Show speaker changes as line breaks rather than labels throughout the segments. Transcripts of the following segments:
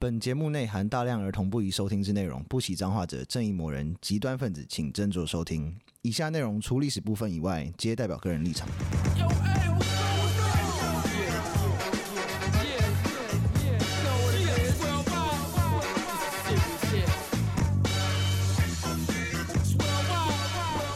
本节目内含大量儿童不宜收听之内容，不喜脏话者、正义魔人、极端分子，请斟酌收听。以下内容除历史部分以外，皆代表个人立场。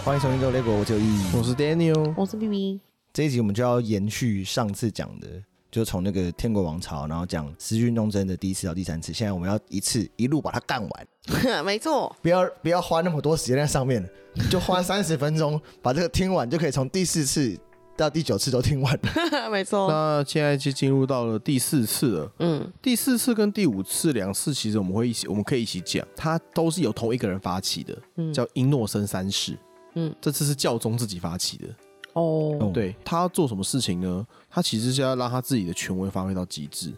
欢迎收听《各位雷国》，我只有意义。
我是 Daniel，
我是 B B，
这一集我们就要延续上次讲的，就从那个天国王朝，然后讲十军东征的第一次到第三次，现在我们要一次一路把它干完，
没错，
不要不要花那么多时间在上面了， 就花三十分钟把这个听完，就可以从第四次到第九次都听完了。
没错，
那现在就进入到了第四次了。
嗯，
第四次跟第五次两次，其实我们会一起，我们可以一起讲，它都是由同一个人发起的，
嗯
叫英诺森三世。
嗯，
这次是教宗自己发起的。
哦，
对他要做什么事情呢？他其实是要让他自己的权威发挥到极致。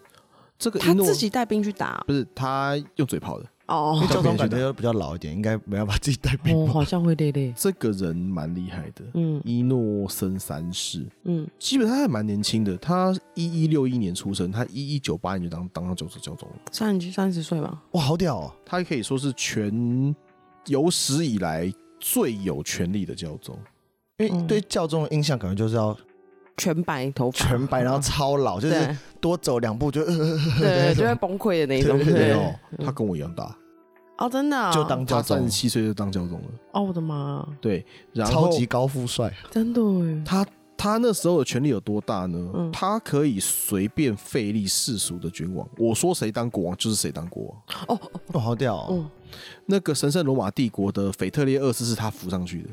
这个
他
英诺
自己带兵去打，啊
不是他用嘴跑的，
哦，
教宗感觉就比较老一点，应该没办法自己带兵
哦，好像会累累，
这个人蛮厉害的。
嗯
伊诺森三世
嗯，
基本上还蛮年轻的，他一一六一年出生，他一一九八年就当当上九州教宗了。
三十三十岁吧，
哇，好屌哦！
他可以说是全有史以来最有权力的教宗。
因为对教宗的印象可能就是要
全白头发，
全白，然 后超老，就是
对
多走两步就、呃、
对，就会崩溃的那种，
对哦
没
对，
有，他跟我一样大，
哦，真的啊，
就当教
他三
宗
十，七岁就当教宗了。
哦，我的妈，
对，然后
超级高富帅。
真的耶，
他他那时候的权力有多大呢？
嗯
他可以随便废立世俗的君王，我说谁当国王就是谁当国王。
哦，哦
哦，好屌、哦！
嗯，
那个神圣罗马帝国的腓特烈二世是他扶上去的，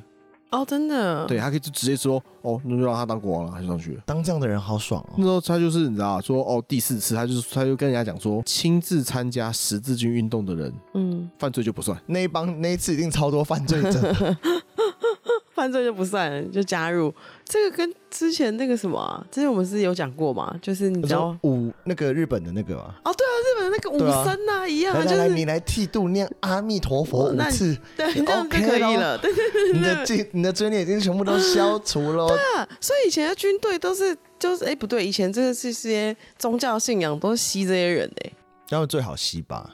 哦，真的，
对，他可以就直接说哦，那就让他当国王了，他就上去了。
当这样的人好爽哦
那！时候他就是你知道说哦，第四次他就是他就跟人家讲说，亲自参加十字军运动的人
嗯，
犯罪就不算。
那一帮那一次一定超多犯罪者，
犯罪就不算了，就加入这个跟之前那个什么啊，之前我们是有讲过嘛，就是你
你
知道。
五那个日本的那个嘛，
哦，对啊，日本的那个武
对啊
僧啊，一样
来
啊，
来
就
来，
是
你来剃度念阿弥陀佛
哦
五
那你
次，
对，
你
这样就
OK 哦
可以
咯
了。对
你的罪你的罪孽已经全部都消除喽。
啊，所以以前的军队都是就是哎、诶不对，以前这个是些宗教信仰都是吸这些人哎、
然后最好吸吧，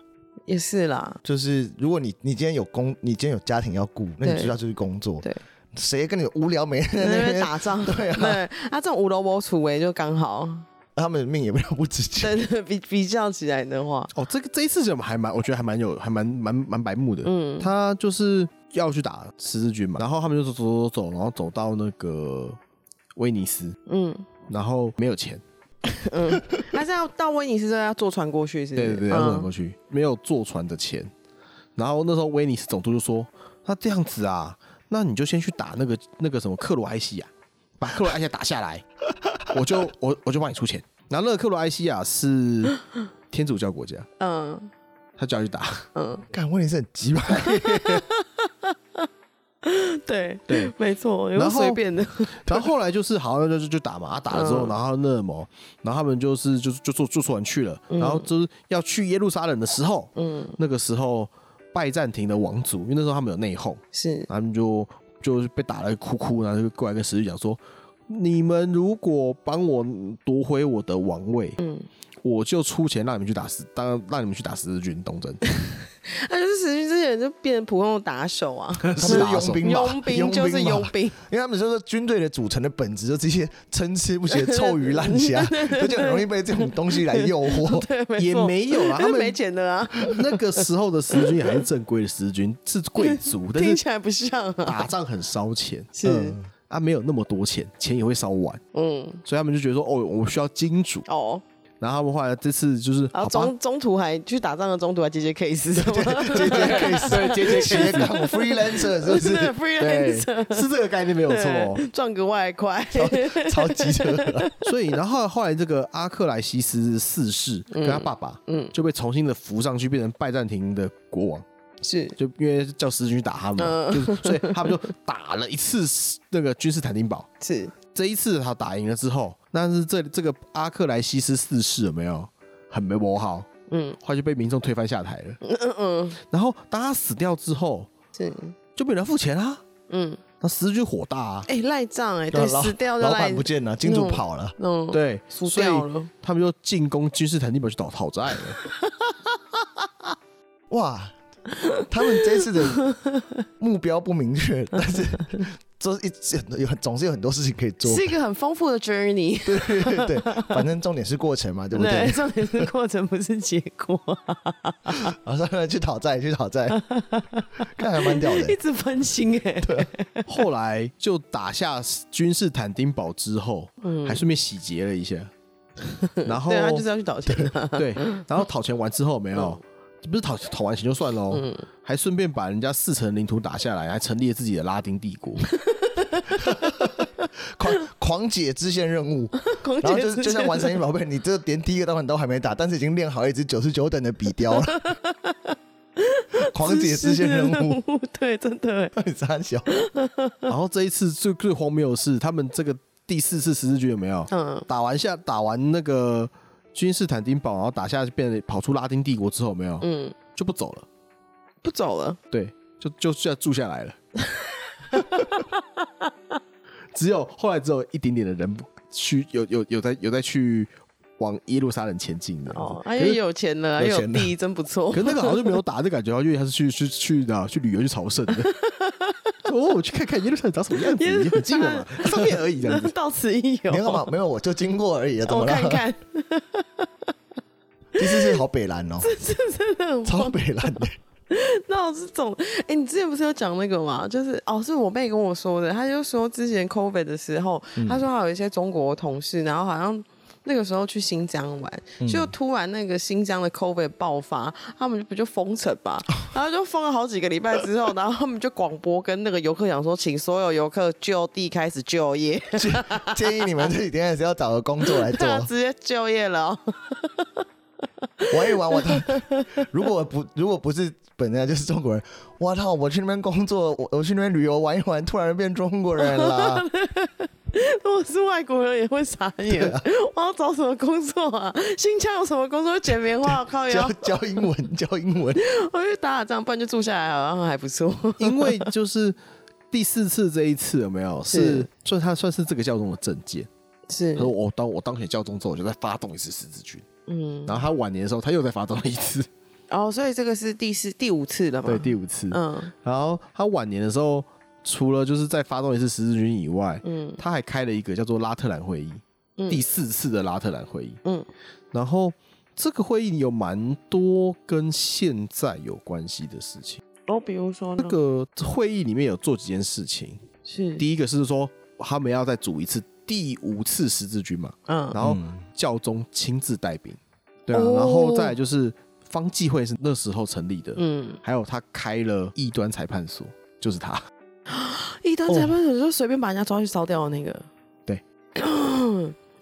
也是啦，
就是如果你你今天有工，你今天有家庭要顾，那你
对
就要出去工作。
对，
谁跟你无聊没人在
在那
那边
边
打，
打 仗，
对啊
他这种无萝卜土哎、就 刚好，
他们的命也不要不值钱。
对对，比比较起来的话，
哦，这个这一次怎么还蛮，我觉得还蛮有，还蛮蛮蛮白目的。
嗯，
他就是要去打十字军嘛，然后他们就走走走走，然后走到那个威尼斯，
嗯
然后没有钱，
嗯，他是要到威尼斯之后要坐船过去，是不
对
是？嗯
对对，要走过去，没有坐船的钱。然后那时候威尼斯总督就说：“那这样子啊，那你就先去打那个那个什么克罗埃西亚，把克罗埃西亚打下来，我就我我就帮你出钱。”然后那个克罗埃西亚是天主教国家，
嗯
他就要去打。
嗯
敢问题是很急 吧？
嗯，对
对，
没错，
然
有
后
随便的，
然后后来就是好，那就就就打嘛，啊打了之后，
嗯
然后那什么，然后他们就是就就坐坐船去了，然后就是要去耶路撒冷的时候，
嗯，
那个时候拜占庭的王族，因为那时候他们有内讧，
是，
他们就就是被打了哭哭，然后就过来跟十字军讲说，你们如果帮我夺回我的王位，
嗯，
我就出钱让你们去打十，当让你们去打十字军东征。
那啊就是死去之前就变成普通的打手啊，
他
是
们
打
佣
手
兵嘛，
佣兵就是
嘛
佣兵，
因为他们说说军队的组成的本质就是一些参差不齐的臭鱼烂 虾，所以就很容易被这种东西来诱惑。
对，没
也
错，
没有啦，他
他
们
没钱的啊，
那个时候的十字军还是正规的十字军，是贵 族，但
听
是
起来不像啊，
打仗很烧钱，
是，
嗯
啊，没有那么多钱，钱也会烧完，
嗯，
所以他们就觉得说，哦，我们需要金主。
哦，
然后他们后来这次就是，
然
好
后
吧，
中中途还去打仗的中途还接接 case 什么，
接接 case，对接接 斜杠 freelancer 是不
真 的
是？
对
freelancer，，
是这个概念没有错哦、
对赚个 外快，
超级扯，
所以，然后后来这个阿克莱西斯四世跟他爸爸，
嗯
就被重新的扶上去，变成拜占庭的国王，
是，
就因为叫十字军去打他们
嗯
嘛，就所以他们就打了一次那个君士坦丁堡。
是，
这一次他打赢了之后，但是这这个阿克莱西斯四世有没有很没磨好，
嗯
后来就被民众推翻下台了。
嗯嗯嗯，
然后当他死掉之后，
是，
就没人付钱啦、啊
嗯，
那死就火大啊，
哎、赖账哎，
对
对，
啊老
死掉就
老
赖
板不，见了，金主跑了，
嗯，，
对，
输
所以
掉了，
他们就进攻君士坦丁堡去讨讨债了。
哇！他们这次的目标不明确， 但是这一直有总是有很多事情可以做。
是一个很丰富的 journey，
对对对对，反正重点是过程嘛，对不对？
重点是过程不是结果，
然后他们去讨债，去讨 债，看还蛮屌的
一。直分心哎、
后来就打下君士坦丁堡之后，还顺便洗劫了一 下，然后
嗯对
哦
他就是要去倒钱啊、
对，然后讨钱完之后没有，不是讨讨完钱就算喽，
嗯
还顺便把人家四成领土打下来，还成立了自己的拉丁帝国。
狂狂解支线任 务，
空
然后
姐
就是就像完成一宝贝，你这连第一个刀你都还没打，但是已经练好一支九十九等的笔 雕了。狂解支线任务，
务， 对，真的哎，
你傻小，
然后这一次最最荒谬的是，他们这个第四次十字军有没有
嗯，
打完下打完那个君士坦丁堡，然后打下变得跑出拉丁帝国之后有没有
嗯，
就不走了，
不走了，
对，就就就住下来了。 只有后来只有一点点的人不去有有有在有在去往耶路撒冷前进的
哦，
可
哎、
是
啊，又有钱
嗯
了，
有
又有
钱了
地，真不错
可。是那个好像就没有打，就感觉好像因为他是去去去的去旅游去朝圣的。 哦，我去看看耶路撒冷长什么样子，
耶路撒冷。
很近了嘛， 上面而已这样子
到此一游
你，干嘛？没有，我就经过而已，啊怎么
哦我
了？
看 看，
第四次好北蓝 哦，
真的很
超北蓝的，
那我是总，哎、你之前不是有讲那个吗？就是哦，是我妹跟我说的，她就说之前 COVID 的时候，
嗯
她说她有一些中国同事，然后好像。那个时候去新疆玩，
嗯
就突然那个新疆的 COVID 爆发，他们不就封城 嘛，然后就封了好几个礼拜之后，然后他们就广播跟那个游客讲说，请所有游客就地开始就业，
建建议你们这几天还是要找个工作 来做
大家。直接就业了哦、
玩一玩，我操！如果我不如果不是本来就是中国人，我操！我去那边工作，我我去那边旅游玩一玩，突然变中国人 了。
如果是外国人也会傻眼，我要找什么工作 啊？新疆有什么工作？捡棉花，靠腰
教。教英文，教英文，
我去打打仗，不然就住下来，好像还不错。
因为就是第四次这一次有没有是算他算是这个教宗的证件。
是
他说我当我当选教宗之后，我就再发动一次十字军。
嗯，
然后他晚年的时候，他又再发动了一次，
哦，所以这个是第四、第五次了嘛？
对，第五次。
嗯
然后他晚年的时候，除了就是再发动一次十字军以外，
嗯
他还开了一个叫做拉特兰会议，
嗯
第四次的拉特兰会议。
嗯，
然后这个会议有蛮多跟现在有关系的事情。
哦，比如说呢
这个会议里面有做几件事情，
是
第一个是说他们要再组一次第五次十字军嘛，
嗯
然后教宗亲自带兵，对啊，
哦
然后再来就是方济会是那时候成立的，
嗯，
还有他开了异端裁判所，就是他。
一端裁判所就随便把人家抓去烧掉的那个。
对。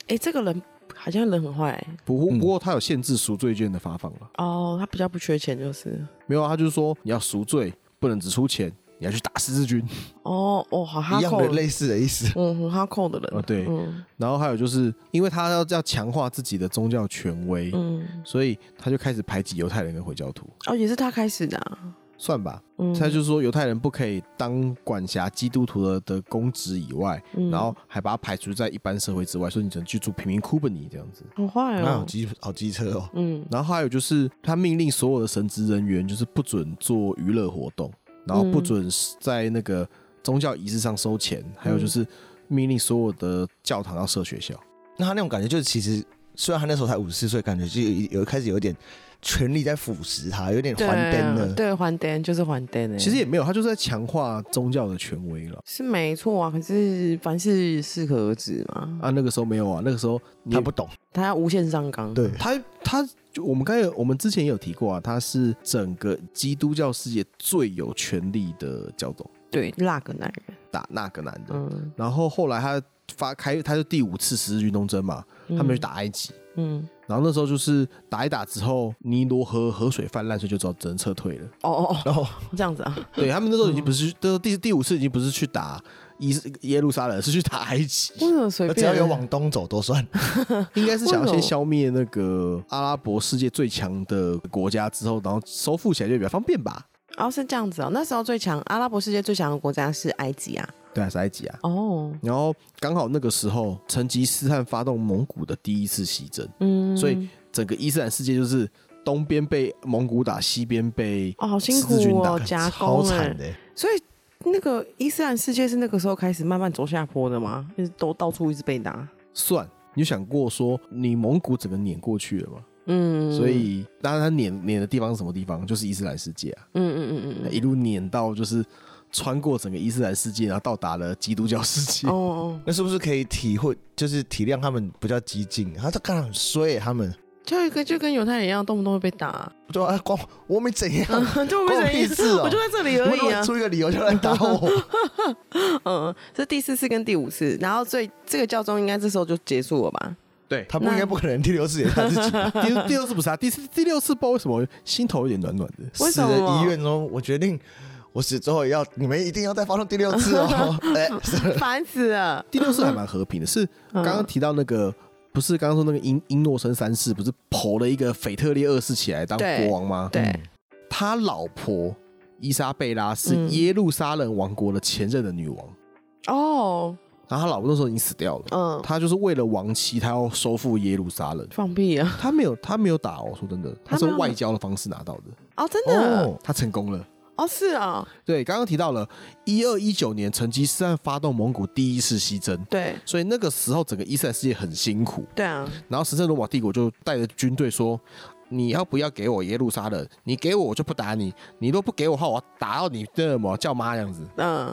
哎，这个人好像人很坏欸
不过
嗯
不过他有限制赎罪券的发放了，
哦，他比较不缺钱就是。
没有啊，他就是说你要赎罪，不能只出钱，你要去打十字军。
哦哦，好哈
一样
扣
的，类似的意思。
嗯，很哈扣的人。
哦对
嗯
然后还有就是因为他要要强化自己的宗教权威，
嗯，
所以他就开始排挤犹太人跟回教徒，
哦，也是他开始的啊。
算吧。
嗯，
他就是说犹太人不可以当管辖基督徒的的公职以外，
嗯
然后还把他排除在一般社会之外，所以你只能去住贫民窟吧你这样子。
好坏
那好
哦。
机好机车哦，
嗯
然后还有就是，他命令所有的神职人员就是不准做娱乐活动，然后不准在那个宗教仪式上收钱，还有就是命令所有的教堂要设学校。
那他那种感觉就是，其实虽然他那时候才五十四岁，感觉就有有开始有点权力在腐蚀他，有点还
对啊
灯了。
对，还灯就是还灯欸
其实也没有，他就是在强化宗教的权威了。
是没错啊，可是凡事适可而止嘛。
啊，那个时候没有啊，那个时候你
他不懂，
他要无限上纲，
对，
他他就我们刚才有我们之前也有提过啊，他是整个基督教世界最有权力的教宗，
对，那个男人，
打那个男的。
嗯，
然后后来他发开，他就第五次十字军东征嘛，他们就去打埃及。
嗯，
然后那时候就是打一打之后，尼罗河河水泛滥，所以就只好只能撤退了。
哦哦
然后
哦，这样子 啊，
对他们那时候已经不是，那时候第第五次已经不是去打伊斯耶路撒冷，是去打埃及，
为什么随
那只
便？
要有往东走都算。
应该是想要
嗯为什么
先消灭那个阿拉伯世界最强的国家之后，然后收复起来就比较方便吧。
哦，是这样子哦。那时候最强阿拉伯世界最强的国家是埃及啊，
对啊，是埃及啊。
哦，
然后刚好那个时候，成吉思汗发动蒙古的第一次西征，
嗯，
所以整个伊斯兰世界就是东边被蒙古打，西边被
哦，好辛
十字军
苦
打
哦，夹
超
攻哎
惨，的、
所以。那个伊斯兰世界是那个时候开始慢慢走下坡的吗？就是都到处一直被打，
算。你有想过说你蒙古整个碾过去了吗？
嗯，
所以当然他碾碾的地方是什么地方？就是伊斯兰世界啊，
嗯，嗯嗯嗯
一路碾到就是穿过整个伊斯兰世界，然后到达了基督教世界
嗯，。哦，
那是不是可以体会，就是体谅他们比较激进？他这干很衰、他们
就一个就跟犹太人一样，动不动会被 打，
对啊，光我没怎样，
就我没什
关我
么意
屁事
思，
哦
我就在这里 而
我
已啊
我。出一个理由就来打我。
嗯， 这是第四次跟第五次，然后最这个教宗应该这时候就结束了吧？
对，
他不应该不可能第六次也他自己吧
第第六次不是啊，第四第六次不知道为什么心头有点暖暖的。
为
死
什么
人遗愿哦，我决定。我死之后也要，你们一定要再发动第六次 哦！ 哎、是
烦死了！
第六次还蛮和平的，是
嗯
刚刚提到那个，不是刚刚说那个英英诺森三世不是剖了一个腓特烈二世起来当
对
国王吗？
对，
他老婆伊莎贝拉是
嗯
耶路撒冷王国的前任的女王，
哦，
然后他老婆那时候已经死掉了，
嗯，
他就是为了亡妻，他要收复耶路撒冷。
放屁啊！
他没有，他没有打哦，说真的，他是
他没
用
有
外交的方式拿到的，
哦，真的，
哦，
他成功了。
哦，是啊，
对，刚刚提到了一二一九年，成吉思汗发动蒙古第一次西征，
对，
所以那个时候整个伊斯兰世界很辛苦。
对啊，
然后神圣罗马帝国就带着军队说：“你要不要给我耶路撒冷？你给我我就不打你，你若不给我的话，我打到你这么叫妈这样子。
嗯”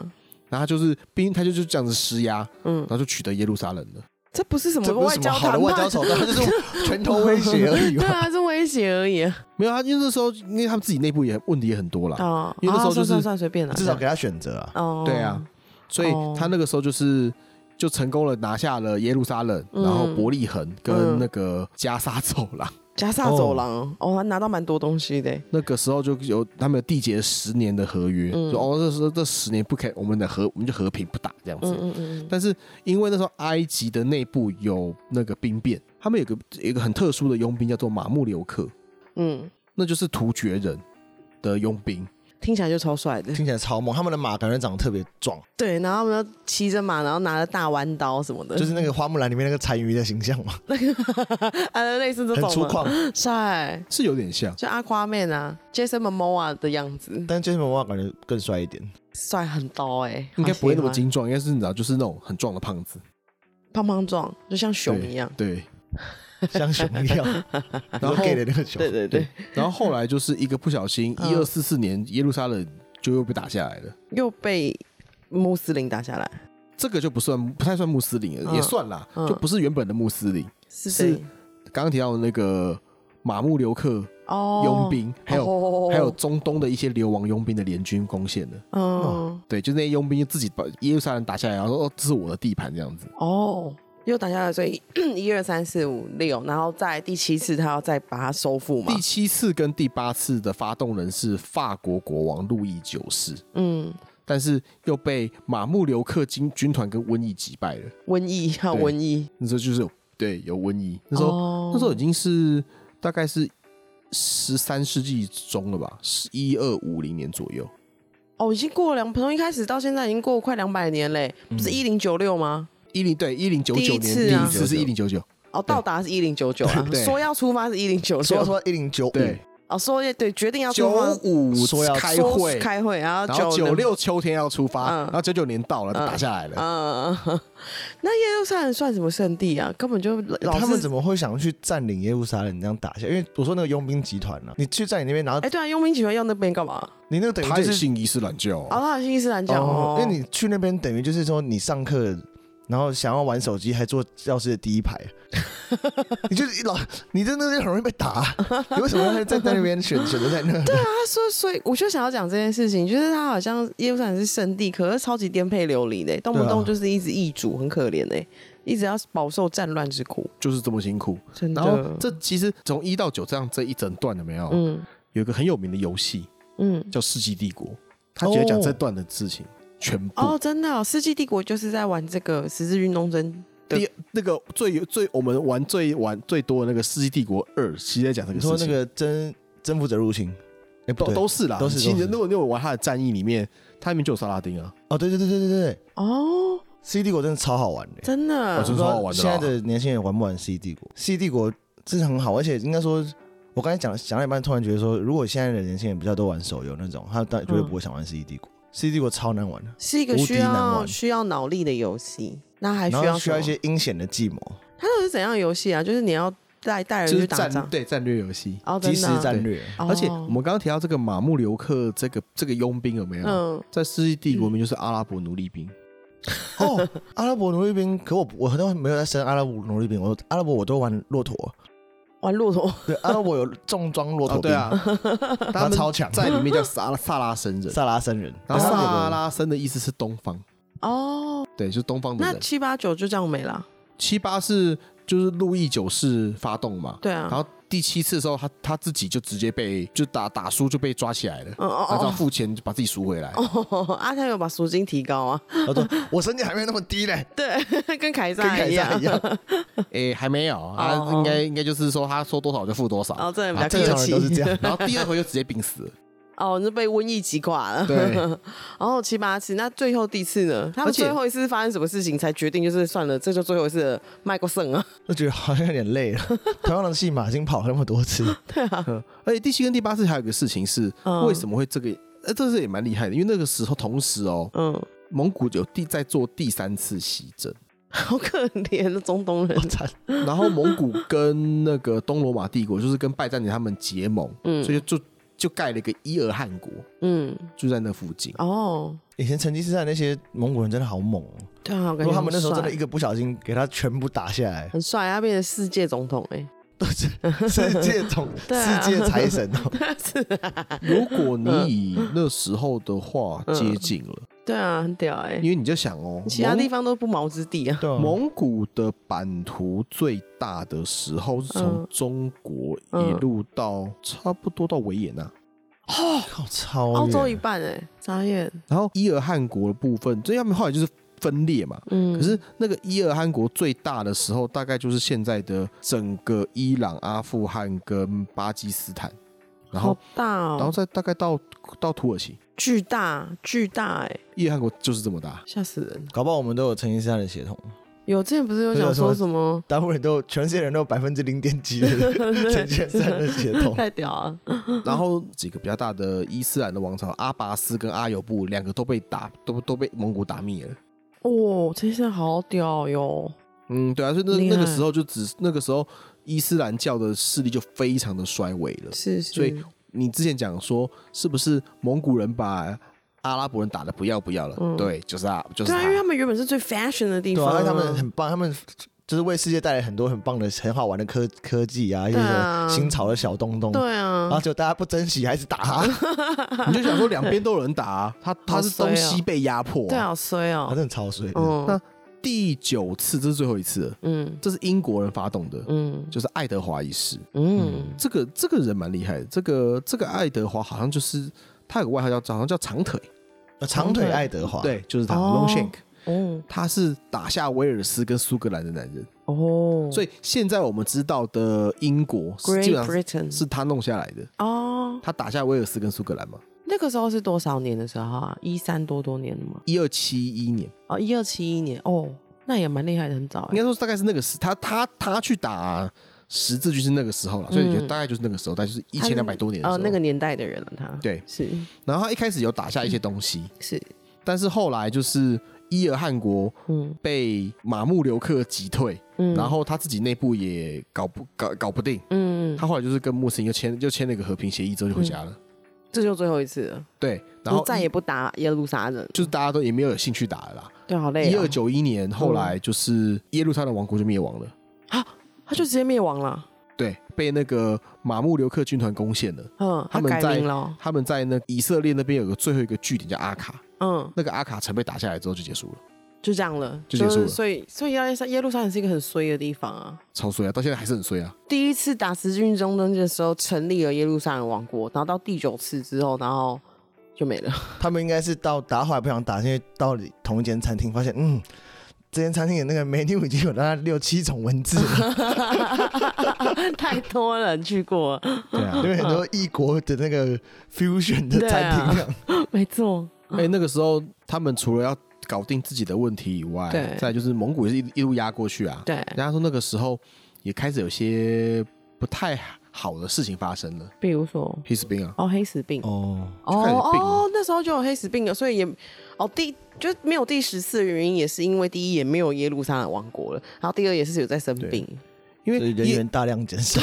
然后他就是兵，他就是这样子施压，
嗯
然，后就取得耶路撒冷了。
这不是什
这
么
不是
外
什么
交
好的
谈
外交
判，
手 段，这是拳头威胁而 已
对
嘛。
啊，是威胁而已啊。
没有啊，因为那时候因为他们自己内部也问题也很多啦，
哦，
因为那时候
哦
就是
算算算随便了，
至少给他选择啊。
哦，
对啊，所以
哦
他那个时候就是就成功了拿下了耶路撒冷，
嗯
然后伯利恒跟
嗯
那个加沙走廊。
加萨走廊哦，他拿到蛮多东西的，
那个时候就有他们有缔结十年的合约，
嗯
说哦，这时候这十年不可以，我们的和我们就和平不打这样子。
嗯嗯嗯嗯，
但是因为那时候埃及的内部有那个兵变，他们有个有一个很特殊的佣兵叫做马木留克，
嗯，
那就是突厥人的佣兵。
听起来就超帅 的。
听起来超猛，他们的马感觉长得特别壮，
对，然后他们就骑着马，然后拿着大弯刀什么的，
就是那个花木兰里面那个单于的形象嘛，
啊，类似这
很
种
粗
嘛
犷。
帅，
是有点像，
就阿夸妹啊，Jason Momoa 的样子，
但 Jason Momoa 感觉更帅一点，
帅很多哎、
应该不会那么
好喜欢
精壮，应该是你知道，就是那种很壮的胖子，
胖胖壮，就像熊一样。
对。
像熊一样，然后
后
gay 的那个熊
对。对对，
然后后来就是一个不小心，
嗯
一二四四年耶路撒冷就又被打下来了。
又被穆斯林打下来，
这个就不算，不太算穆斯林了，
嗯
也算啦，
嗯
就不是原本的穆斯林。
是
是
谁
刚刚提到的那个马木留克
哦，
佣兵，还有、
哦
还有中东的一些流亡佣兵的联军攻陷的，
嗯
对，就是那些佣兵就自己把耶路撒冷打下来，然后说哦，这是我的地盘这样子。
哦。又打下来，所以 一二三四五六，然后在第七次他要再把它收复嘛
第。七次跟第八次的发动人是法国国王路易九世，
嗯，
但是又被马木留克军军团跟瘟疫击败了。
瘟疫还有
对
瘟疫，
那时候就是有对有瘟疫，那时候、
哦
那时候已经是大概是十三世纪中了吧，十一二五零年左右。
哦，已经过了两，从一开始到现在已经过快两百年嘞，
嗯
不是一零九六吗？
一零对一零九
第
九
一
年
次啊
第一次是一零九九，
哦，到达是一零九九 啊，
对
说要出发是一零九
说
六，
说一零九五，
对，
哦，说对，决定要
九
出发，
五
说要
开
说
会，
开会，然
然后
后九
九，六秋天要出发，
嗯
然后九九年到了就打下来了。
嗯， 那耶路撒冷算什么圣地啊？根本就老
他们
是
怎么会想去占领耶路撒冷这样打下？因为我说那个佣兵集团呢、啊，你去占领那边，然后
哎，对啊，佣兵集团要那边干嘛？
你那个等于
他
就
也
是
信伊斯兰教啊、
哦，他好像伊斯兰教
哦
哦，，
因为你去那边等于就是说你上课，然后想要玩手机还坐教室的第一排，你就是一老你在那边很容易被打，你为什么要在在那边选选择在那？对啊，
他说，所以我就想要讲这件事情，就是他好像耶路撒冷是圣地，可是超级颠沛流离的，欸动不
对啊
动就是一直易主，很可怜哎，一直要饱受战乱之苦，
就是这么辛苦。
真的。
然后这其实从一到九这样这一整段有没有？
嗯
有一个很有名的游戏
嗯，
叫《世纪帝国》，他直接
哦
讲这段的事情、全部。
哦，真的、哦，《世纪帝国》就是在玩这个十字军东征，对
第那个最最我们玩最玩最多的那个《世纪帝国二》，其实在讲这
你
个
说
事
那
情。
个征征服者入侵，哎，不
都
对
都是啦。
都是
其
都
实
是
如果你有玩他的战役里面，他里面就有萨拉丁啊，
哦，对对对对对对对
哦，
，C 帝国真的超好玩的，
真的，
哦真的超好玩的
现
啦
在的年轻人玩不玩 C 帝国？C 帝国真的很好，而且应该说，我刚才讲讲到一半，突然觉得说，如果现在的年轻人比较多玩手游那种，他当然绝对不会
嗯
想玩 C 帝国。C 帝国超难玩的，
是一个
无
需
敌难
要
玩
需要脑力的游戏。那还需
然
要
后需要
什
一
么
些阴险的计谋，
哦
它到底是怎样的游戏啊？就是你要带带人
就
去
是
打
战
仗，
对战略游戏。
哦，真
即时
的啊，
战略。
哦
而且我们刚刚提到这个马穆留克这个这个佣兵有没有？
啊
嗯，
在《世纪帝国》里面就是阿拉伯奴隶兵，
哦， 阿拉伯奴隶兵，可我不我很多没有在升阿拉伯奴隶兵，我阿拉伯我都玩骆驼，
玩 骆驼，
对，阿拉伯有重装骆
哦
驼
对
兵，
啊，他
他
们
超强，
在里面 叫萨萨拉森人，
萨拉森人，
然后
他们有
萨拉森的意思是东方，
哦，
对，就是东方的
那
人。
七八九就这样没了，啊
七八是就是路易九世发动嘛，
对啊，
然后第七次的时候，他他自己就直接被就打打输就被抓起来了，
嗯哦
他只要
哦
付钱就把自己赎回来。
哦哦，阿泰有把赎金提高啊，
哦对，我身价还没有那么低 嘞，
对，跟凯
跟
撒
凯
一
撒
样
一，样，
诶，哎还没有，他
哎哦
应该应该就是说他说多少就付多少。。
哦，这人比
啊
较
正常
客
人都是
气，
这样
然后第二回就直接病 死了。
哦，你是被瘟疫击垮了，
对
然后七八次，那最后第四呢？他
而
们
且
最后一次是发生什么事情才决定就是算了，这就最后一次了麦克胜啊，
就觉得好像有点累了。 同样的戏码已经跑了那么多次，
嗯而且第七跟第八次还有一个事情是，
嗯
为什么会这个？呃，这是也蛮厉害的，因为那个时候同时哦，
嗯，
蒙古有第在做第三次西征，
好可怜的中东人
我，惨！
然后蒙古跟那个东罗马帝国就是跟拜占庭他们结盟，
嗯
所以就就就盖了一个伊尔汗国，
嗯，
就在那附近。
哦，
以前成吉思汗那些蒙古人真的好猛哦、
对啊，我
如
感觉
果他们那时候
很
真的
帅
一个不小心给他全部打下 来，
很帅，啊他变成世界总统哎、
都是世界总、
对啊
世界财神 哦、
是啊，
如果你以那时候的话
嗯
接近了，
对啊，很屌哎、
因为你就想哦，
其他
蒙
地方都不毛之地啊。
对 啊
蒙古的版图最大的时候是从
嗯
中国
嗯
一路到差不多到维也纳，
靠超远
欧洲一半哎、眨眼，
然后伊尔汗国的部分，这要么后来就是分裂嘛。
嗯，
可是那个伊尔汗国最大的时候，大概就是现在的整个伊朗、阿富汗跟巴基斯坦，然后
好大哦，
然后再大概到到土耳其，
巨大巨大哎、
伊尔汗国就是这么大。
吓死人！
搞不好我们都有成吉思汗的血统，
有之前不是有
对啊
想说
什
什么？
大部分人都有全世界人都有百分之零点几的 成吉思汗的血统。
太屌了！
然后几个比较大的伊斯兰的王朝，阿拔斯跟阿尤布两个都被打，都都被蒙古打灭了。
哦，这些好屌哟！
嗯，对啊，所以那
厉害
那个时候就只那个时候伊斯兰教的势力就非常的衰微了。
是是，啊
所以你之前讲说，是不是蒙古人把阿拉伯人打的不要不要了？
嗯
对，就是啊，就是
对啊，因为他
他。
们原本是最 fashion 的地
对
方、
啊，因为他们很棒，他们就是为世界带来很多很棒的、很好玩的科科技啊，一些
对啊
新潮的小东东。
对啊
然，后就大家不珍惜，还是打他，
你就想说两边都有人打、啊，他他是
好
东
衰哦
西被压迫、
对啊，好衰
他
哦
真。的超衰的。
嗯
那第九次，这是最后一次了，
嗯
这是英国人发动的，
嗯
就是爱德华一世。
嗯，
这个这个人蛮厉害的，这个这个爱德华好像就是他有个外号叫好像叫长腿，
呃长腿爱德华，，
对，就是他、
哦
Longshank，
哦
他是打下威尔斯跟苏格兰的男人，
哦，
所
以
以现在我们知道的英国是基
Great
本上
Britain
是他弄下来的，
哦，
他打下威尔斯跟苏格兰嘛，
那个时候是多少年的时候啊？一三多多年的吗？
一二七一年，
哦，一二七一年哦，那也蛮厉害的，很早
应该
哎、
说大概是那个时，他他他去打十字军是那个时候了，所以就大概就是那个时候，大概就是一千两百多年的时
嗯哦，
候，
那个年代的人了、他
对，
是
然后他一开始有打下一些东西，
是
但是后来就是伊尔汗国
嗯
被马穆留克击退，
嗯，
然后他自己内部也搞不搞搞不定，
嗯，
他后来就是跟穆斯林就签就签了一个和平协议之后就回家了。
这就最后一次了，
对，然后
就再也不打耶路撒冷，
就是大家都也没有兴趣打了啦。
对，好累、
一
啊嗯
二，九一年，后来就是耶路撒冷王国就灭亡了，
他就直接灭亡了，
对，被那个马穆留克军团攻陷了。
嗯，
他们
改
在
名了哦，
他们在那以色列那边有个最后一个据点叫阿卡，
嗯，
那个阿卡城被打下来之后就结束了，
就这样了，
就结束了
是所以所以耶路撒耶路撒冷是一个很衰的地方啊。
超衰啊，到现在还是很衰啊。
第一次打十字军中东的时候，成立了耶路撒冷王国，然后到第九次之后，然后就没了。
他们应该是到打后来不想打，因为到同一间餐厅发现，嗯，这间餐厅的那个 menu 已经有大概六七种文字 了，
太多人去过了，
对啊
因，为很多异国的那个 fusion 的餐厅这样，
没错，
哎、那个时候他们除了要搞定自己的问题以外，
对
再来就是蒙古也是一一路压过去啊。
对
人家说那个时候也开始有些不太好的事情发生了，
比如说
黑死病啊，
哦，黑死病，
哦，
哦
就开始病了
哦，那时候就有黑死病了，所以也哦第就没有第十次的原因，也是因为第一也没有耶路撒冷王国了，然后第二也是有在生病，
因为
所以人
因
员大量减少，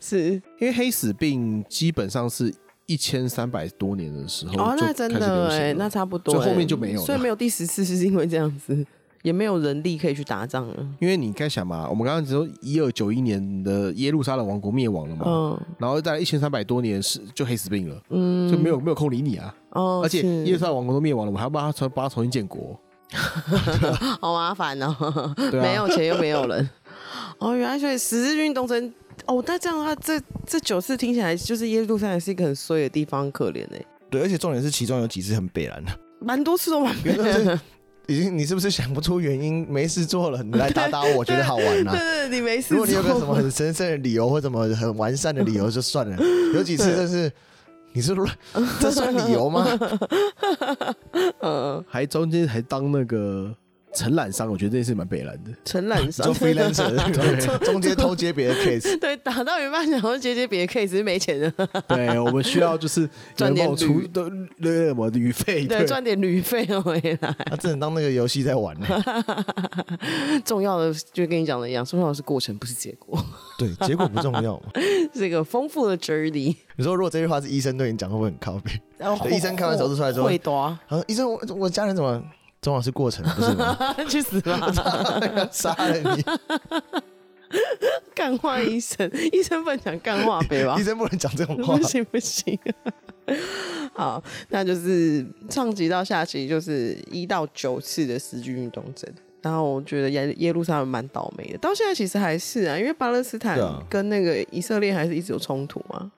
是
因为黑死病基本上是一千三百多年的时候
哦，
就
那
开
真
始
的
流
哎、
行
那
了。
差不多、
所以后面就没有了
所以没有第十次是因为这样子，也没有人力可以去打仗了，
因为你该想嘛，我们刚刚只说一二九一年的耶路撒冷王国灭亡了嘛，
嗯
然后在一千三百多年是就黑死病了，
嗯，
就没有没有空理你啊。
哦，
而且
是
耶路撒冷王国都灭亡了，我们还要帮他重帮他重新建国，
好麻烦哦，
对啊
没有钱又没有人。哦，原来所以十字军东征，哦，那这样的话，这这九次听起来就是耶路撒冷是一个很衰的地方，很可怜哎、
对，而且重点是其中有几次很北蓝的，
蛮多次都蛮
因为那是已经你是不是想不出原因，没事做了，你来打打我，觉得好玩呐、
对对，对你没事
如果
做。
你有个什么很神圣的理由或什么很完善的理由就算了，有几次真是。你是乱，这算理由 吗？
呃，
还中间还当那个承揽商，我觉得这件事蛮北蓝的。
承揽
做
商
freelancer 对中间偷接别的 case，
对，打到一半想要接接别的 case，是没钱的，
对，我们需要就是有
赚
人
点
帮我出
旅
的那个什么旅 费，
对，赚点旅费哦回来。
他只能当那个游戏在玩呢。
重要的就跟你讲的一样，重要的是过程，不是结果，
对，结果不重要嘛。
是一个丰富的 journey。
你说如果这句话是医生对你讲，会不会很靠背？医生看完手术出来之后
会多，啊
他说：“医生，我我家人怎么重要是过程，不是 吗？
去死吧！
杀了你，
干话医生， 医生不能讲干话呗吧
医？生不能讲这种话
不。行不行。 好，那就是上集到下集就是一到九次的十军运动症。然后我觉得耶耶路撒冷蛮倒霉的，到现在其实还是啊，因为巴勒斯坦
对啊
跟那个以色列还是一直有冲突嘛。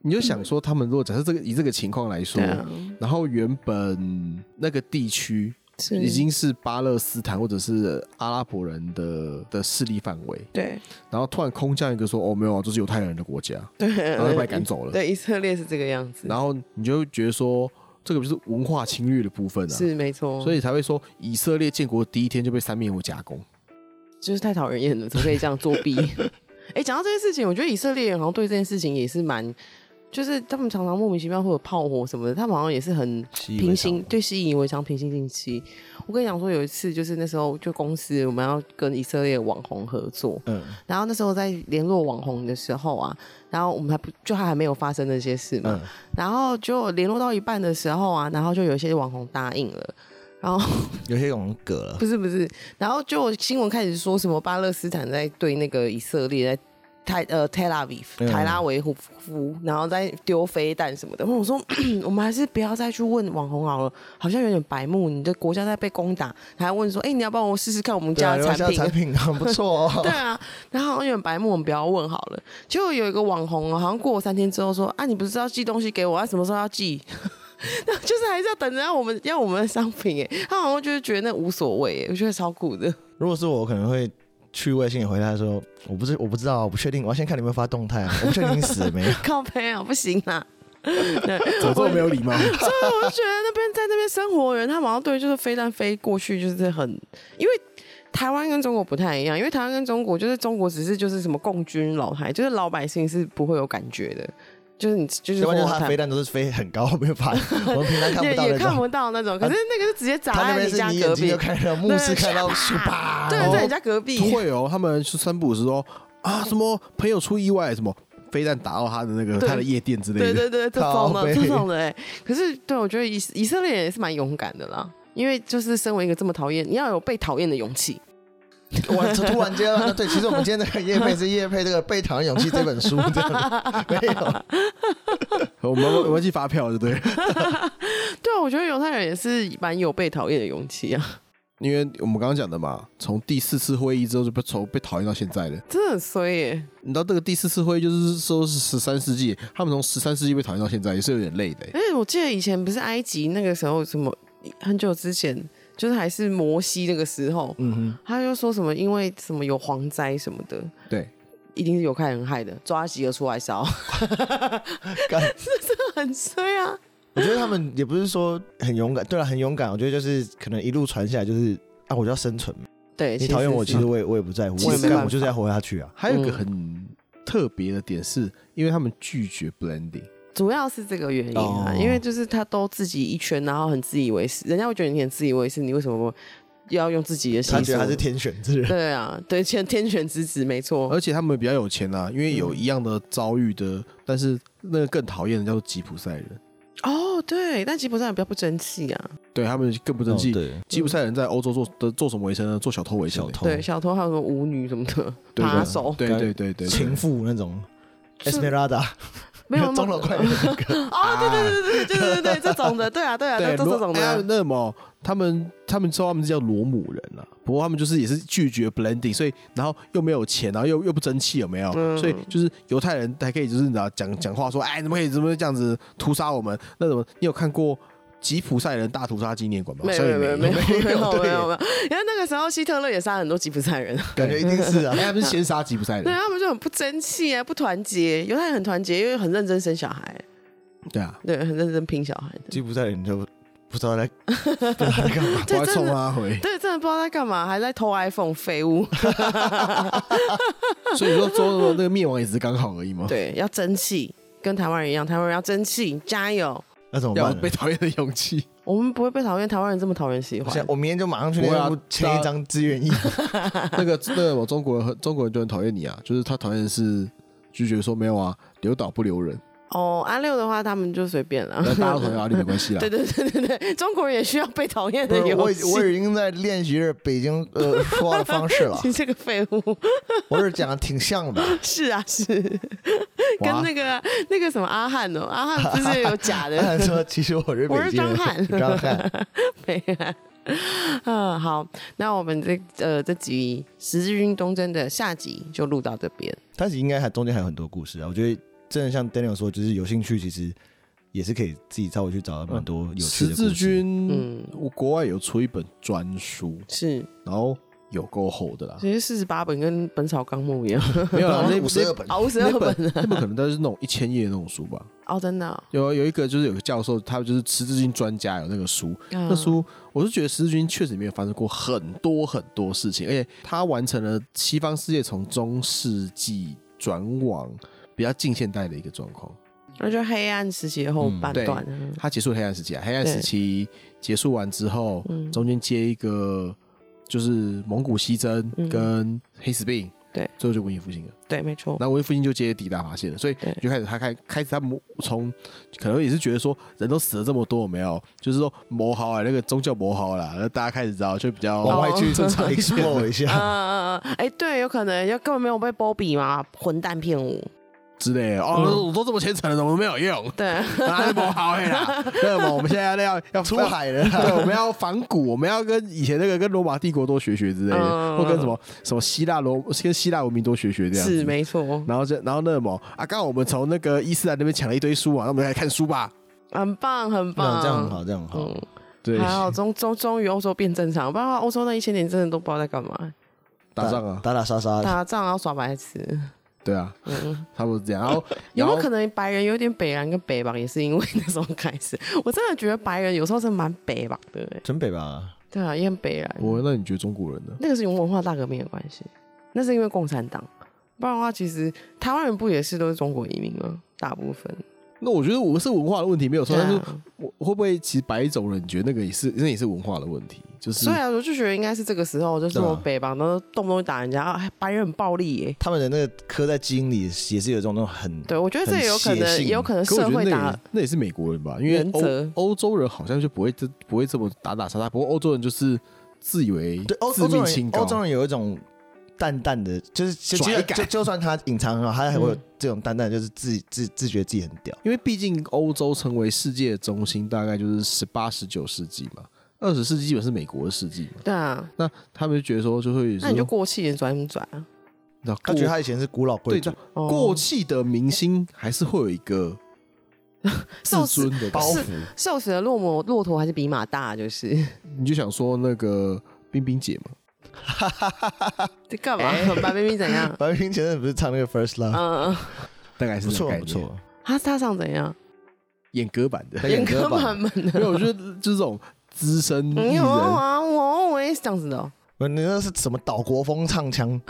你就想说，他们如果假设这个以这个情况来说
对，啊，
然后原本那个地区
是
已经是巴勒斯坦或者是阿拉伯人的的势力范围，
对
然后突然空降一个说哦没有啊，这是犹太人的国家，
对，
然后就把你赶走了，
对，以色列是这个样子，
然后你就会觉得说这个就是文化侵略的部分啊，
是没错，
所
以
以才会说以色列建国第一天就被三面佛夹攻。
就是太讨人厌了，怎么可以这样作弊？哎，讲到这件事情，我觉得以色列人好像对这件事情也是蛮，就是他们常常莫名其妙会有炮火什么的，他们好像也是很平心对习以为常，平心静气。我跟你讲说，有一次就是那时候就公司我们要跟以色列网红合作，
嗯，
然后那时候在联络网红的时候啊，然后我们还不就还还没有发生那些事嘛，
嗯
然后就联络到一半的时候啊，然后就有一些网红答应了。然后
有些人葛了
不，是不是，然后就新闻开始说什么巴勒斯坦在对那个以色列在泰呃 Tel Aviv
嗯
台拉维夫夫，然后再丢飞弹什么的。我说嗯我们还是不要再去问网红好了，好像有点白目。你的国家在被攻打，还问说，哎、你要帮我试试看我们
对啊你
家的
们
产
家产
品？
品 很不错
对
哦。
啊，然后好像有点白目，我们不要问好了。结果有一个网红哦，好像过了三天之后说啊，你不是要寄东西给我，啊，什么时候要寄？ 那就是还是要等着要我们要我们的商品哎，他好像就是觉得那无所谓哎，我觉得超酷的。
如果是我，我可能会趣味性地回答说：“我不是，我不知道，我不确定，我要先看你们发动态，啊我不确定你死了 没有。
靠背啊，不行啦。
怎么这么没有礼 貌？
所以我就觉得那边在那边生活的人，他们好像对就是飞弹飞过去就是很，因为台湾跟中国不太一样，因为台湾跟中国就是中国只是就是什么共军老台，就是老百姓是不会有感觉的，就是你就”是
要不然就是
火
他
炭
飞弹都是飞很高，没有法，我们平常看
也
不到
也
那
看
种。啊
不到那种，可是那个是直接砸
他那
在
边是
家
你
隔
眼睛
壁
就，看得到，目视看到，咻吧，
对，在你家隔壁，
不会哦，他们是三不五时说啊，什么朋友出意外，什么飞弹打到他的那个
对
他的夜店之类
对
的。
对对，这种
靠
的
北
这种的哎、可是对我觉得以以色列人也是蛮勇敢的啦，因为就是身为一个这么讨厌，你要有被讨厌的勇气。
我突然间，啊对，其实我们今天这个叶配是叶配这个《被讨厌勇气》这本书，这样没有，
我们我们去发票，对不对？
对啊，我觉得犹太人也是蛮有被讨厌的勇气啊，
因为我们刚刚讲的嘛，从第四次会议之后就被从被讨厌到现在了。
真的很衰耶、
你知道这个第四次会议就是说是十三世纪，他们从十三世纪被讨厌到现在也是有点累的欸。
而且我记得以前不是埃及那个时候什么很久之前。就是还是摩西那个时候，
嗯哼，
他就说什么因为什么有蝗灾什么的，
对，
一定是有开人害的，抓企鹅出来烧，
干
很衰啊。
我觉得他们也不是说很勇敢，对了，很勇敢。我觉得就是可能一路传下来，就是啊，我就要生存嘛。
对，
你讨厌我，
是
其实我也我也不在乎，
其
我也
实
干
没办
我就是
法
要活下去啊。
还有一个很特别的点是，因为他们拒绝 blending，
主要是这个原因啊，
哦
因为就是他都自己一圈，然后很自以为是，人家会觉得你很自以为是，你为什么要用自己的
他
心
觉
思？
得他是天选之人，
对啊，对，天天选之子，没错。
而且他们比较有钱啊，因为有一样的遭遇的，但是那个更讨厌的叫做吉普赛人，
哦，对，但吉普赛人比较不争气啊，
对他们更不争气。
哦对，
吉普赛人在欧洲做的做什么为生呢？做小偷为生、
小
欸，
偷、
对，小偷还有什么舞女什么的，
对
扒手，
对对对对，
情妇那种
是
，Esmeralda，
没有
中老快乐那个，
哦，对对对对对对对对，这种的，对啊对啊，
对
都这种
哎呀
的，
那么他们他们说他们是叫罗姆人啊，不过他们就是也是拒绝 blending，所以然后又没有钱，然后又又不争气，有没有？
嗯
所以就是犹太人还可以就是你知道讲讲话说，哎，怎么可以怎么这样子屠杀我们？那怎么你有看过吉普赛人大屠杀纪念馆吗？
没
好
有
像
没
也
有没有没有没有没有
对
没有，因为那个时候希特勒也杀了很多吉普赛人，
感觉一定是啊
哎，。他们是先杀吉普赛
对
人，
他们就很不争气啊，不团结，犹太人很团结，因为很认真生小孩，
对啊，
对，很认真拼小孩的，
吉普赛人就不知道在不知道在干嘛。
对
啊我还
真
冲
的。
他回
对，真的不知道在干嘛，还在偷 iPhone，废物，
所以说最后那个灭亡也只是刚好而已嘛。，
啊对，要争气，跟台湾人一样，台湾人要争气，加油，
那怎么
要
办
有被
呢？
讨厌的勇气。
我们不会被讨厌，台湾人这么讨人喜
我想
欢，
我明天就马上去那
我要
个签一张志愿意。
那个那个我中国人很中国人就很讨厌你啊，就是他讨厌的是拒绝说没有啊，留岛不留人，
哦，阿六的话他们就随便了。
那大家都讨厌阿里没关系啦
对。对对对对，中国人也需要被讨厌
不
的
是我
游
已
戏。
我已经在练习着北京
，
呃说话的方式了
你 这个废物，
我是讲的挺像的。
是啊是，跟
哇
那个那个什么阿汉哦，阿汉不是有假的
他哎说其实我是北
我是
京人，
张翰
张翰，
没啊？ 嗯，好，那我们这呃这集十字军东征的下集就录到这边。
但是应该还中间还有很多故事啊。我觉得真的像 Daniel 说，就是有兴趣其实也是可以自己稍微去找到蛮多有趣
十
的故事。
字军，
嗯，
我国外有出一本专书，
是，
然后有够厚 的啦，
其实四十八本跟《本草纲目》一样，
没有啦，那
五十二本，
熬十
那
二
那
本
本 那本可能都是那种一千页的那种书吧。
哦，真的哦、
有有一个就是有个教授，他就是十字军专家，有那个书，
那
那书，我是觉得十字军确实里面发生过很多很多事情，而且他完成了西方世界从中世纪转往比较近现代的一个状况。
那就黑暗时期的后半
嗯对
段啊、
他结束黑暗时期啊，黑暗
对
时期结束完之后，
嗯
中间接一个就是蒙古西征
嗯
跟黑死病，
对
最后就文艺复兴了。
对，没错，
那文艺复兴就接抵达发现了，所以
对
就开始他开开始他们从可能也是觉得说人都死了这么多，有没有？就是说魔好啊，那个宗教魔好啦，那大家开始知道就比较
往外去
哦
explore 一
嗯
下。
嗯嗯，哎、对，有可能，就根本没有被波比嘛，混蛋骗我，
之类的。哦，
嗯
我都这么虔诚了，怎么没有 用？
对，
哪里不好哎啦？那么我们现在要要
出
要
海了啦，
对，我们要仿古，我们要跟以前那个跟罗马帝国多学学之类的，
嗯
或跟什么什么希腊罗跟希腊文明多学学这样
是
子。
没错，
然后这然后那什么啊，刚好我们从那个伊斯兰那边抢了一堆书嘛，那我们来看书吧。
很棒，很棒，
那这样很好，这样很好。
嗯，
对，
还好终终终于欧洲变正常，不然的话欧洲那一千年真的都不知道在干嘛，
打仗啊，
打打杀杀的，
打仗然后耍白痴，
对啊，
嗯，
差不多是这样。然后然
有没
后
有可能白人有点北狼跟北吧，也是因为 那时候开始，我真的觉得白人有时候是蛮北吧的，哎
真北吧？
对啊，也很北狼，
我那你觉得中国人呢？
那个是有文化大革命的关系，那是因为共产党，不然的话其实台湾人不也是都是中国移民吗？大部分，
那我觉得我是文化的问题没有错，但是
对啊
我会不会其实白种人你觉得那个也是那也是文化的问题，就是
所以啊，我就觉得应该是这个时候，就是
对啊
我北方都动不动打人家，啊白人很暴力耶。
他们的那个刻在基因里，也是有这种那种很
对，我觉得这也有可
很
能，
血
也
性
有可能
可我
呃社
觉得那
会打
也，那也是美国人吧，因为
原则
欧欧洲人好像就不会这不会这么打打杀杀，不过欧洲人就是自以为
对欧
自
欧洲
命清
人，
高
欧，洲人有一种淡淡的，就是就
拽
就
感
就就算他隐藏了，他还会有
嗯
这种淡淡的，就是自自自觉自己很屌。
因为毕竟欧洲成为世界的中心大概就是十八十九世纪嘛，二十世纪基本是美国的世纪嘛，
对啊，
那他们就觉得说就会
那你就
说
过气，你转什么转啊？
你知道
他觉得
过
他以前是古老贵
对
族
的，
哦
过气的明星还是会有一个
瘦
自
死
尊的
包
感觉
袱，
瘦死的骆驼，骆驼还是比马大，就是
你就想说那个冰冰姐嘛，
这干嘛？白冰冰怎 样？
白冰前阵不是唱那个 First Love，
嗯，
大概是
不
这个
错
概
不
念，
错，
他他上怎样？
演歌版的，
演歌
歌
吧
满满的
没，有，我觉得这种资深嗯艺人
你有啊，我我也是这样子的哦。
不，你那是什么岛国风唱腔？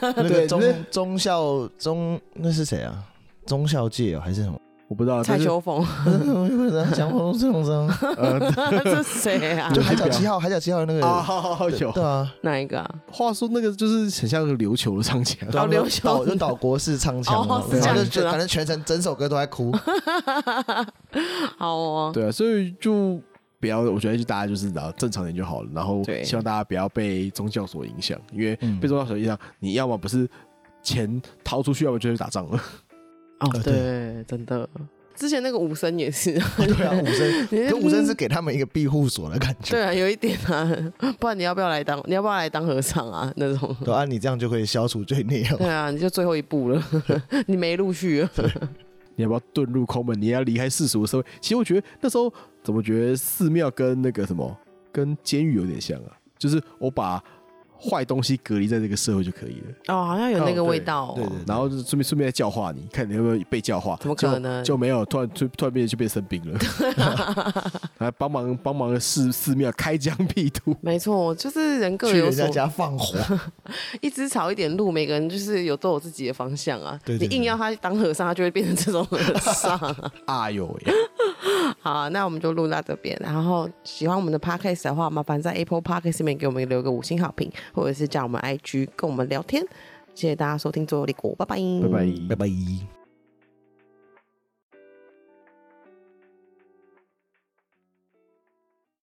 那个
对不
中
是
中校中那是谁啊？中校界哦，还是什么？
我不知道，
蔡
啊但是
秋凤，
讲风这种声，
呃
这是谁啊
就？海角七号，海角七号那
啊，
个
好好好有
对。啊，
哪一个啊？
话说那个就是很像个琉球的唱腔，
对啊
哦
那
刘
个
秀
岛就岛国式唱腔啊，
哦
是这
然后
样
就
子啊
感觉全程整首歌都在哭，
好哦，
对啊，所以就不要，我觉得就大家就是然后正常点就好了，然后
对
希望大家不要被宗教所影响，因为
嗯
被宗教所影响，你要么不是钱掏出去，要么就去打仗了。
哦
呃，
对，真的。之前那个武生也 是，
对啊，武生，
你
可武生是嗯给他们一个庇护所的感觉，
对啊，有一点啊， 不然你要不要来当？你要不要来当和尚啊？那种。
对啊，你这样就可以消除罪孽
对
哦。
啊，你就最后一步了， 你没陆续了。
你要不要遁入空门？你要离开世俗的社会。其实我觉得那时候怎么觉得寺庙跟那个什么跟监狱有点像啊，就是我把坏东西隔离在这个社会就可以了，
哦，好像有那个味道、哦
对对，
然后就顺便顺便再教化你，看你有没有被教化。
怎么可
就
能
就没有突然就突然变就变生病 了，来帮忙帮忙寺寺庙开疆辟土。
没错，就是人各
去
有
人家
所，
家放火，
一枝草一点路，每个人就是有都有自己的方向啊。
对对对
你硬要他当和尚，他就会变成这种和尚、啊。
哎呦喂！
好啊、那我们就录到这边。然后喜欢我们的 podcast 的话，麻烦在 Apple Podcast 里面给我们留个五星好评，或者是加我们 IG 跟我们聊天。谢谢大家收听《最后的国》，拜拜，
拜
拜
拜。
拜。